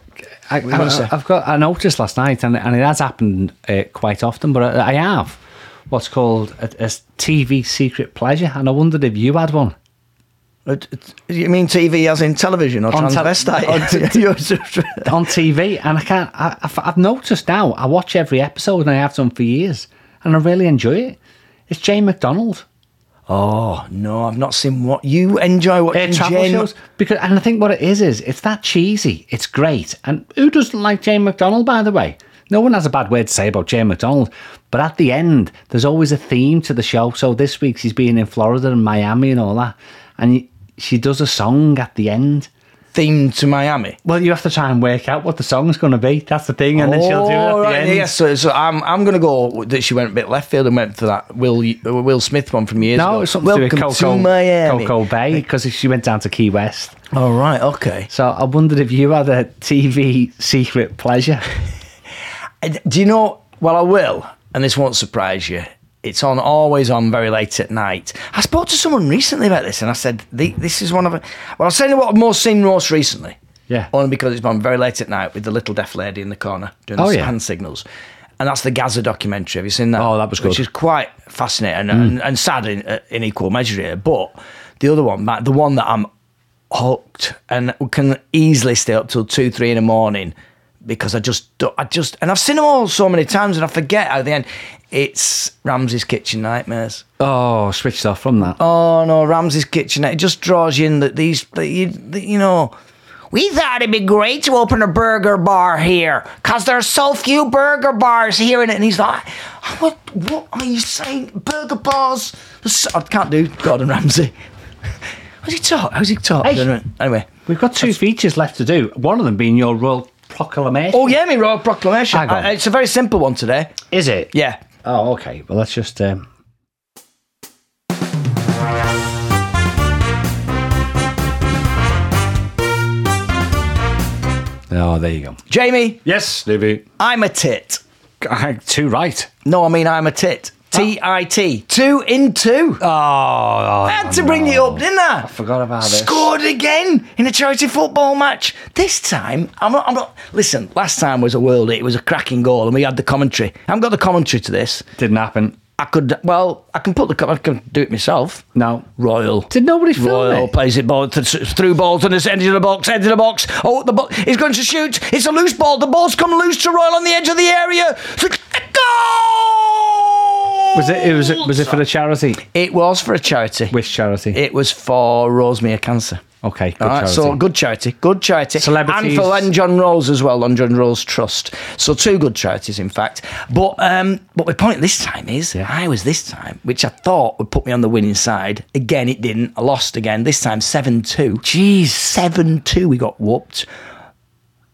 B: I,
A: What were you gonna say?
B: I, have got. I noticed last night, and, and it has happened uh, quite often. But I, I have what's called a, a TV secret pleasure, and I wondered if you had one.
A: It- it- You mean TV as in television or
B: On tel-
A: transvestite?
B: on
A: You're just-
B: on TV, and I can't. I, I've, I've noticed now. I watch every episode, and I have done for years, and I really enjoy it. It's Jane McDonald.
A: oh, no, I've not seen what you enjoy
B: Air
A: watching.
B: travel
A: Jane.
B: shows because, and I think what it is is it's that cheesy. It's great, and who doesn't like Jane McDonald? By the way, no one has a bad word to say about Jane McDonald. But at the end, there's always a theme to the show. So this week she's been in Florida and Miami and all that, and y- she does a song at the end.
A: Themed to Miami.
B: Well, you have to try and work out what the song's going to be. That's the thing, and then she'll do it at
A: Oh,
B: the
A: right,
B: end.
A: yeah, so, so I'm, I'm going to go that she went a bit left field and went for that Will uh, Will Smith one from years ago.
B: No, it's something
A: Welcome
B: to do with Coco,
A: Miami.
B: Coco Bay because she went down to Key West.
A: All right, okay.
B: So I wondered if you had a TV secret pleasure.
A: And Do you know? Well, I will, and this won't surprise you. It's on always on very late at night. I spoke to someone recently about this, and I said "The- this is one of. the-" Well, I'll tell you what I've most seen most recently.
B: Yeah.
A: Only because it's on very late at night with the little deaf lady in the corner doing
B: Oh,
A: the
B: yeah.
A: hand signals. And that's the Gaza documentary. Have you seen that?
B: Oh, that was
A: Which
B: good. Hmm.
A: is quite uh, fascinating and, and, and sad in, in equal measure here. But the other one, Matt, the one that I'm hooked and can easily stay up till two, three in the morning because I just, don't, I just, and I've seen them all so many times and I forget at the end. It's Ramsey's Kitchen Nightmares.
B: Oh, switched off from that.
A: Oh no, Ramsey's Kitchen. It just draws you in that these, that you, that, you know. We thought it'd be great to open a burger bar here, cause there's so few burger bars here in it. And he's like, "What? What are you saying? Burger bars? I can't do Gordon Ramsay. How's he talk? How's he talk?
B: Hey.
A: I don't know. Anyway.
B: We've got two features left to do. One of them being your royal proclamation.
A: Oh yeah, me royal proclamation.
B: Hang on.
A: Uh, it's a very simple one today.
B: is it?
A: Yeah.
B: Oh, okay. Well, let's just. Um... Oh, there you go.
A: Jamie,
B: Yes, Davey.
A: I'm a tit.
B: Too right.
A: No, I mean I'm a tit. T I T. Two in two.
B: Oh, I
A: I had to bring it up, didn't I? I
B: forgot about this.
A: Scored again in a charity football match. This time, I'm not. I'm not. Listen, last time was a worldie. It was a cracking goal, and we had the commentary. I haven't got the commentary to this.
B: Didn't happen.
A: I could. Well, I can put the. com- I can do it myself.
B: No.
A: Royal.
B: Did nobody film
A: Royal
B: it?
A: plays it ball th- through ball to the end of the box, end of the box. Oh, the ball! He's going to shoot. It's a loose ball. The ball's come loose to Royal on the edge of the area. Goal!
B: Was it? It was. It, was it for the charity?
A: It was for a charity.
B: Which charity?
A: It was for Rosemere Cancer.
B: okay. Good
A: All right,
B: charity.
A: so good charity, good charity,
B: Celebrities.
A: and for Len John Rose as well, Len John Rose Trust. So two good charities, in fact. But um, but my point this time is, I was this time, which I thought would put me on the winning side. Again, it didn't. I lost again. This time, seven two. Jeez, seven two. We got whooped.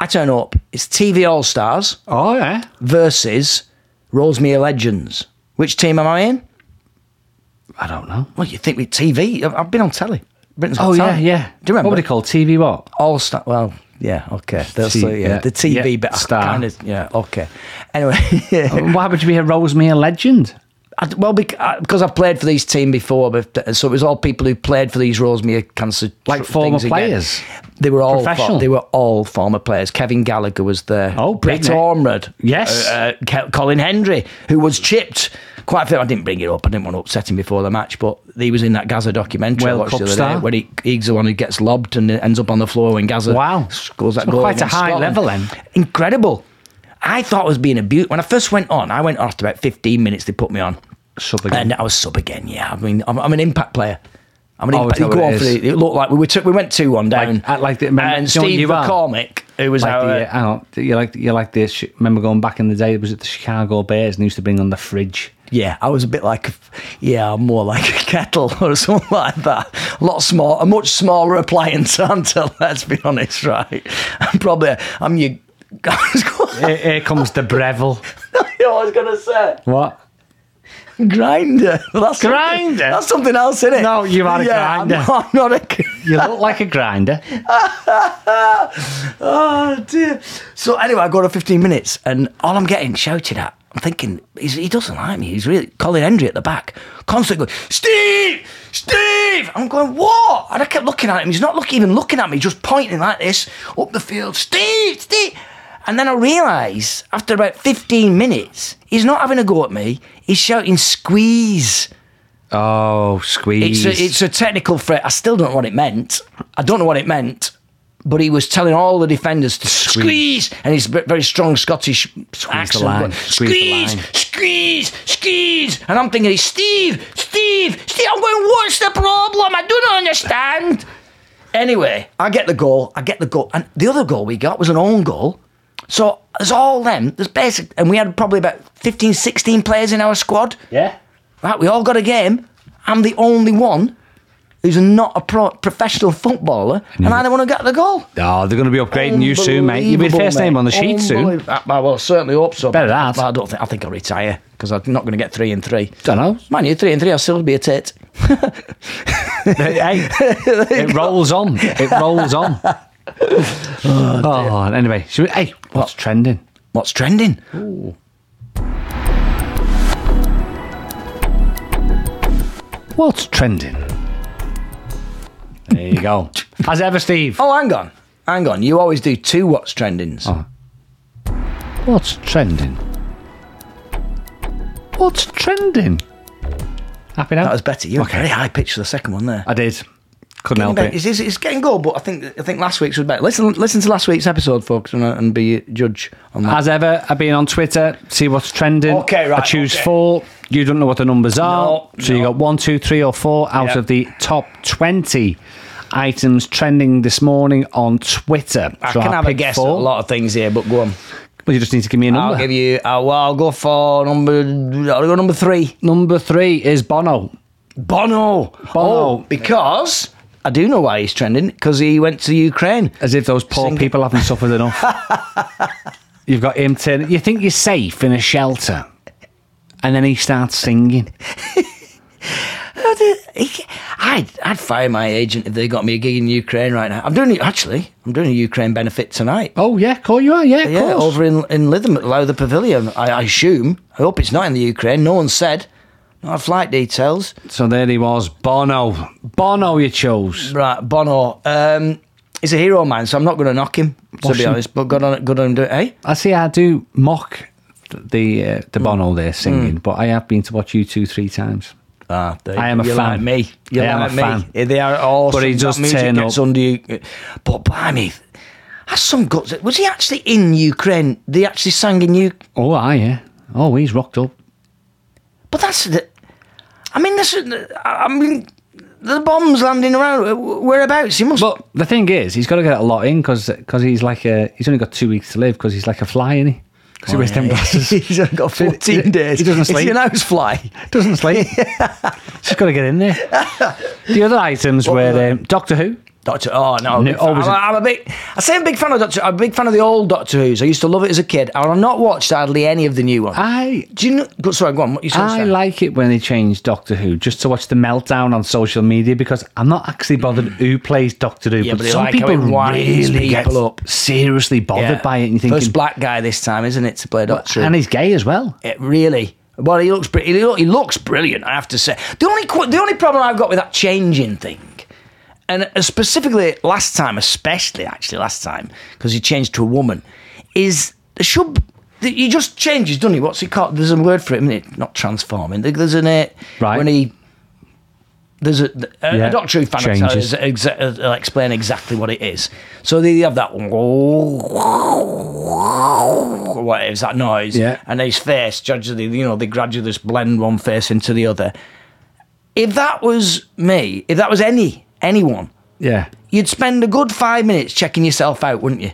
A: I turn up. It's TV All Stars
B: oh yeah.
A: versus Rosemere Legends. Which team am I in?
B: I don't know.
A: Well, you think with TV? I've- I've been on telly. Britain's Got
B: Oh yeah,
A: Talent. Do
B: yeah.
A: you remember?
B: what were they called? TV what?
A: All Star. Well, yeah, okay. That's
B: T-
A: the, yeah,
B: yeah,
A: the TV
B: yeah,
A: bit. I
B: Star.
A: Kind of, yeah, okay. Anyway, yeah.
B: Why would you be a Rosemere legend?
A: I, well, bec- I- because I've played for these team before, but uh, so it was all people who played for these Rosemere Cancer
B: Like
A: tr-
B: former
A: things again.
B: players?
A: They were all
B: Professional?
A: for, they were all former players. Kevin Gallagher was there.
B: Oh, big
A: Brett
B: name.
A: Ormrod.
B: Yes.
A: uh, uh, Ke- Colin Hendry, who was chipped. Quite a few. I didn't bring it up. I didn't want to upset him before the match, but he was in that Gaza documentary
B: World
A: I watched
B: Cup
A: the other
B: star.
A: day when he, he's the one who gets lobbed and ends up on the floor when Gaza
B: Wow.
A: scores that
B: So
A: goal.
B: quite a
A: against
B: high
A: Scotland.
B: level then.
A: Incredible. I thought it was being abused. When I first went on, I went on after about 15 minutes, they put me on.
B: Sub again.
A: And I was sub again, yeah. I mean, I'm, I'm an impact player. I'm an
B: Oh,
A: impact
B: is that
A: you go
B: what
A: on
B: it
A: for
B: is?
A: the- It looked like we, were took- we went 2 1 down.
B: Like- like the- remember-
A: and
B: do you know what
A: Steve
B: you are?
A: McCormick, who was
B: like
A: our.
B: the, uh, hang on, you like you like this. Remember going back in the day? Was it the Chicago Bears? And used to bring on the fridge.
A: yeah, I was a bit like, a- yeah, I'm more like a kettle or something like that. A lot small, a much smaller appliance, aren't I? Let's be honest, right? I'm probably, I'm your. I was going,
B: here, here comes the Breville.
A: you know what I was going to say.
B: What?
A: Grinder. Well, that's something-
B: Grinder?
A: that's something else, isn't it?
B: No, you are a
A: yeah,
B: grinder.
A: I'm not, I'm not a.
B: You look like a grinder.
A: Oh dear. So anyway, I go to 15 minutes, and all I'm getting shouted at. I'm thinking he's, he doesn't like me. He's really Colin Hendry at the back, constantly going, Steve, Steve. I'm going what? And I kept looking at him. He's not look, even looking at me. Just pointing like this up the field, Steve, Steve. And then I realise after about 15 minutes, he's not having a go at me. He's shouting squeeze.
B: Oh,
A: It's
B: squeeze.
A: a, it's a technical threat. I still don't know what it meant. I don't know what it meant, but he was telling all the defenders to squeeze, and his ve- very strong Scottish accent.
B: line,
A: but,
B: squeeze the
A: squeeze,
B: line."
A: squeeze, squeeze. And I'm thinking, Steve, Steve, Steve. I'm going, what's the problem? I don't understand. Anyway, I get the goal. I get the goal. And the other goal we got was an own goal. So there's all them. There's basic, and we had probably about 15, 16 players in our squad.
B: yeah.
A: Right, we all got a game. I'm the only one who's not a pro- professional footballer, and I don't want to get the goal.
B: Oh, they're going to be upgrading you soon, mate. You'll be the
A: Unbelievable,
B: first name
A: mate.
B: on the sheet soon.
A: Unbelievable. Uh, Well, I certainly hope so.
B: Better that.
A: But I don't think. I think I'll retire because I'm not going to get three and three.
B: Don't know.
A: Man, you three and three, I'll still be a tit.
B: hey, it rolls on. It rolls on. oh, anyway, should we, hey, what's trending?
A: What's trending?
B: What's trending? There you go. As ever, Steve.
A: Oh, hang on, hang on. You always do two what's trendings.
B: Oh. What's trending? What's trending? Happy now?
A: That was better. You okay. very high pitch for the second one there.
B: I did. Couldn't help
A: But
B: it.
A: It's, it's, it's getting good, but I think I think last week's was better. Listen, listen to last week's episode, folks, and, uh, and be judge on that.
B: As ever, I've been on Twitter, see what's trending.
A: Okay, right,
B: I choose
A: okay.
B: four. You don't know what the numbers are.
A: No,
B: so you
A: no.
B: got one, two, three, or four out
A: Yeah.
B: of the top 20 items trending this morning on Twitter.
A: I
B: so
A: can
B: I
A: have a
B: picked
A: guess at a
B: four.
A: lot of things here, but go on.
B: Well, you just need to give me a number.
A: I'll give you. Uh, well, I'll go for number. I'll go number three.
B: Number three is Bono.
A: Bono. Oh, because I do know why he's trending. Because he went to Ukraine.
B: As if those poor
A: Sing it.
B: people haven't suffered enough. You've got him turning. You think you're safe in a shelter, and then he starts singing.
A: I did- he- I'd, I'd fire my agent if they got me a gig in Ukraine right now. I'm doing it actually. I'm doing a Ukraine benefit tonight.
B: Oh yeah, cool you are. Yeah, of
A: yeah,
B: course.
A: over in in Lytham at Lowther Pavilion. I, I assume. I hope it's not in the Ukraine. No one said. Not have flight details.
B: So there he was, Bono. Bono, you chose.
A: Right, Bono. Um, he's a hero man, so I'm not going to knock him to
B: Wash
A: be
B: him.
A: honest. But good on good on him. Do it, eh?
B: I see. I do mock th- the uh, the Bono
A: Mm.
B: there singing, but I have been to watch you two three times.
A: Ah, they,
B: I am a
A: you're
B: fan.
A: Like me, you're
B: I am
A: like
B: a
A: me.
B: fan.
A: Yeah, They are all.
B: But he does
A: that music
B: turn
A: gets
B: up.
A: under you. But blimey, that's some guts. Was he actually in Ukraine? They actually sang in you.
B: Oh, aye, yeah. Oh, he's rocked up.
A: But that's. The, I mean, this. is- I mean, the bombs landing around. Whereabouts? He must.
B: But the thing is, he's got to get a lot in because he's like a he's only got two weeks to live because he's like a fly, isn't he? 'Cause he wears them glasses.
A: Oh, He's only got 14 days.
B: He doesn't
A: Is
B: sleep.
A: an housefly?
B: Doesn't sleep. Just got to get in there. The other items were um, Doctor Who.
A: Doctor. Oh no,
B: No,
A: big fan.
B: always
A: I'm,
B: a-
A: I'm a big. I say I'm a big fan of Doctor. I'm a big fan of the old Doctor Who's. I used to love it as a kid. I've not watched hardly any of the new ones.
B: I
A: Do you know? go- Sorry, go on. What you saying?
B: I
A: Stan?
B: like it when they change Doctor Who just to watch the meltdown on social media because I'm not actually bothered who plays Doctor Who,
A: Yeah,
B: but,
A: but they
B: some
A: like how
B: people
A: it winds
B: really get
A: people up.
B: seriously bothered
A: Yeah.
B: by it. And you think,
A: first black guy this time, isn't it, to play Doctor?
B: and he's gay as well.
A: it really. Well, he looks br- he, lo- he looks brilliant. I have to say. The only qu- the only problem I've got with that changing thing, and uh, specifically last time, especially actually last time, because he changed to a woman, is there should that he just changes, doesn't he? What's it called? There's a word for it, isn't it? Not transforming. There- There's an uh,
B: Right.
A: when he. There's a, a,
B: Yeah,
A: a Doctor Who fan will tell
B: changes.
A: us exa- uh, will explain exactly what it is. So they have that what is that noise?
B: Yeah.
A: And his face, gradually, you know, they gradually just blend one face into the other. If that was me, if that was any anyone,
B: Yeah.
A: you'd spend a good five minutes checking yourself out, wouldn't you?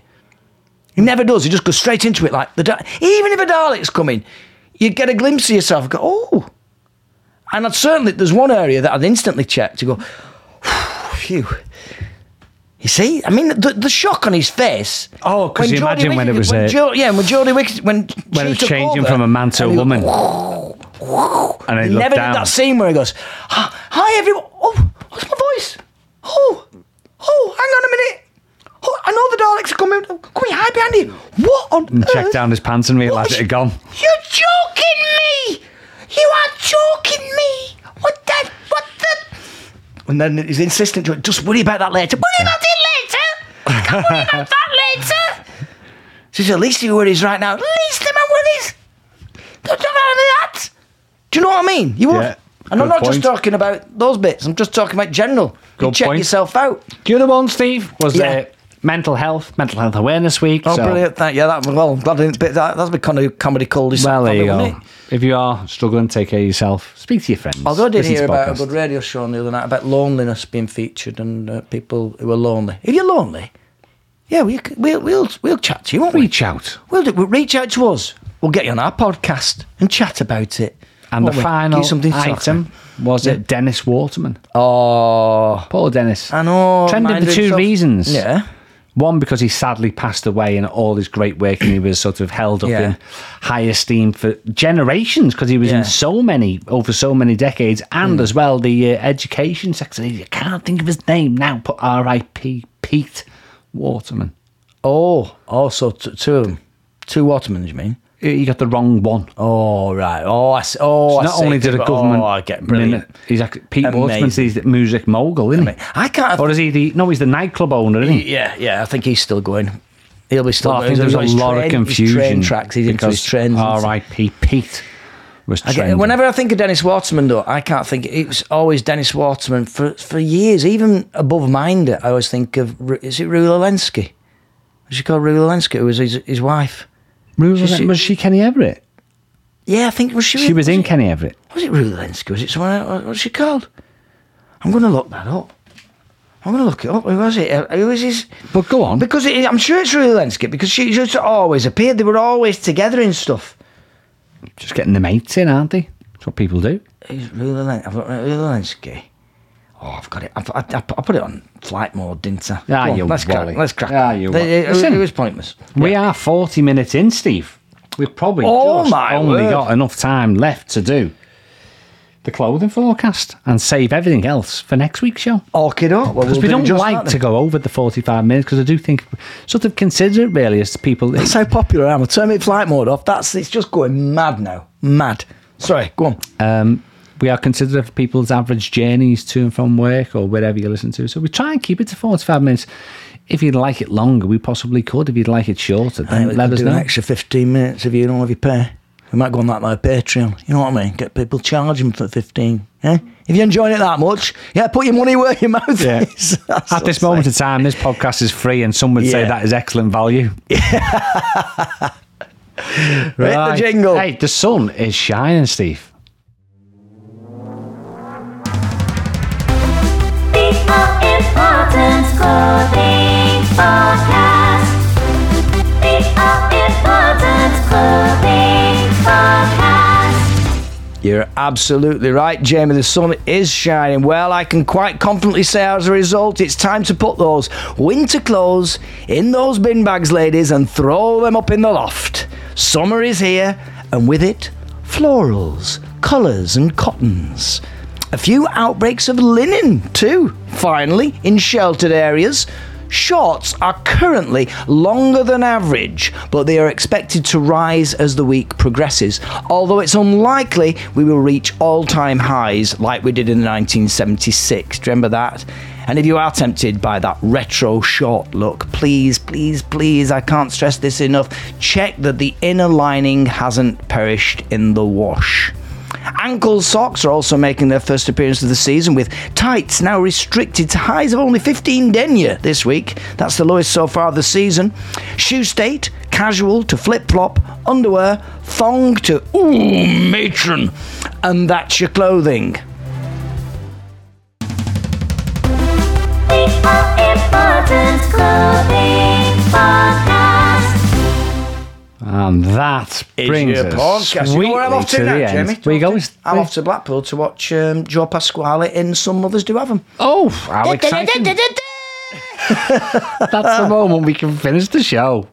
A: He never does. He just goes straight into it like the da- even if a Dalek's coming, you'd get a glimpse of yourself. And go oh, and I'd certainly there's one area that I'd instantly check to go, phew. You see, I mean, the, the shock on his face.
B: Oh, 'cause you
A: Jodie
B: imagine when it was,
A: when
B: uh,
A: Jo- yeah, when Jodie Whittaker when
B: When
A: she
B: it was
A: took
B: changing
A: over,
B: from a man to a
A: and he
B: woman.
A: went,
B: And he
A: he
B: looked
A: never
B: down.
A: did that scene where he goes, "Ah, "Hi everyone! Oh, what's my voice? Oh, oh, hang on a minute! Oh, I know the Daleks are coming. Come here, hide behind you. What on
B: and checked
A: earth?
B: down his pants and
A: What
B: realised
A: is-
B: it had gone.
A: You're joking me! You are joking me! What the? What the? And then he's insistent to it. Just worry about that later. Worry about it later. I can worry about that later. She says, "At least he worries right now. At least him worries. Don't have any of that." Do you know what I mean? You would.
B: Yeah,
A: and I'm
B: good
A: not
B: point.
A: just talking about those bits. I'm just talking about general. you
B: Good
A: check
B: point.
A: yourself out.
B: The other one, Steve, was
A: Yeah.
B: uh, mental health, mental health awareness week.
A: Oh,
B: so-
A: brilliat! Thank yeah, that well, glad I didn't bit that. That's my kind of comedy coldest.
B: Well, there you go.
A: It?
B: If you are struggling, take care of yourself. Speak to your friends.
A: Although I did
B: Listen to
A: hear about
B: podcasts.
A: a good radio show on the other night about loneliness being featured and uh, people who are lonely. If you're lonely, yeah, we, c- we'll we'll we'll chat to you, won't we?
B: Reach out.
A: We'll, do, we'll reach out to us. We'll get you on our podcast and chat about it.
B: And
A: won't
B: the
A: we?
B: final
A: Give you something to talk
B: item was it Dennis Waterman.
A: about. Oh,
B: Poor Dennis.
A: I know.
B: Trending for
A: minded
B: two
A: himself.
B: reasons.
A: Yeah.
B: One, because he sadly passed away and all his great work and he was sort of held up
A: Yeah.
B: in high esteem for generations because he was
A: Yeah. Mm.
B: in so many, over so many decades. And as well, the uh, education secretary, I can't think of his name now, but R.I.P. Pete Waterman.
A: Oh, also t- two of them. Two watermen, you mean?
B: He got the wrong one.
A: Oh, right. Oh, I see. Oh, I
B: Not
A: see.
B: only did a
A: But-
B: government.
A: Oh, I get brilliant.
B: min- He's actually, Pete
A: Amazing.
B: Waterman's the music mogul, isn't he?
A: I can't.
B: Or is he the. No, he's the nightclub owner, isn't he?
A: Yeah, yeah, I think he's still going. He'll be still
B: Well, I
A: going.
B: think there
A: He's
B: was a
A: on his
B: lot of
A: train- his
B: confusion
A: Train tracks, he's into his
B: because
A: trains. and stuff.
B: R.I.P. Pete was
A: I get-
B: trending.
A: whenever I think of Dennis Waterman, though, I can't think. It was always Dennis Waterman for, for years, even above Minder. I always think of Ru- is it Rula Lenski? Was she called Rula Lenski? Who was his, his wife?
B: Rula-
A: she- she-
B: was she Kenny Everett?
A: Yeah, I think was she.
B: She was in Kenny Everett.
A: Was it Rula Lenski? Was it someone? Else? What's she called? I'm going to look that up. I'm going to look it up. Who was it? Uh, Who was his?
B: But go on.
A: Because it, I'm sure it's Rula Lenski because she just always appeared. They were always together in stuff.
B: Just getting the mates in, aren't they? That's what people do.
A: Who's Rula Len- I've got Rula Lenski. Oh, I've got it. I've, I, I, I put it on flight mode, didn't I?
B: Ah,
A: Go on,
B: you
A: let's
B: wally.
A: crack. Let's crack.
B: Ah, you
A: They-
B: wally.
A: it, it-
B: Listen.
A: it was pointless.
B: We are 40 minutes in, Steve. We've probably
A: Oh,
B: just
A: my
B: only
A: word.
B: got enough time left to do the clothing forecast and save everything else for next week's show.
A: Okay, Well,
B: Because
A: we'll
B: we
A: do
B: don't
A: just
B: like
A: that
B: to
A: then.
B: go over the 45 minutes because I do think, sort of consider it really as people.
A: That's how popular I am. I turn my flight mode off. That's it's just going mad now. Mad. Sorry. Go on.
B: um, we are considerate of people's average journeys to and from work or wherever you listen to. So we try and keep it to 45 minutes. If you'd like it longer, we possibly could. If you'd like it shorter,
A: I think
B: then
A: we
B: let
A: could
B: us
A: do an
B: know.
A: extra 15 minutes if you don't have your pay. We might go on that by Patreon. You know what I mean? Get people charging for 15. Eh? If you're enjoying it that much, yeah, put your money where your mouth
B: Yeah.
A: is. That's
B: At this
A: what I'm
B: moment
A: saying.
B: in time, this podcast is free, and some would say
A: Yeah.
B: that is excellent value.
A: the
B: Right.
A: jingle.
B: Hey, the sun is shining, Steve.
C: The All Importance Clothing Podcast. The All Importance Clothing Podcast.
A: You're absolutely right, Jamie. The sun is shining. Well, I can quite confidently say as a result, it's time to put those winter clothes in those bin bags, ladies, and throw them up in the loft. Summer is here, and with it, florals, colours, and cottons. A few outbreaks of linen, too, finally, in sheltered areas. Shorts are currently longer than average, but they are expected to rise as the week progresses, although it's unlikely we will reach all time highs like we did in 1976. Do you remember that? And if you are tempted by that retro short look, please, please, please, I can't stress this enough, check that the inner lining hasn't perished in the wash. Ankle socks are also making their first appearance of the season, with tights now restricted to highs of only 15 denier this week. That's the lowest so far of the season. Shoe state, casual to flip flop, underwear, thong to ooh, matron. And that's your clothing.
C: The All Importance Clothing Podcast.
B: And that brings us sweetly to, the end. Where you go?
A: I'm off to Blackpool to watch um, Joe Pasquale in Some Mothers Do Have Them.
B: Oh, how exciting! That's the moment we can finish the show.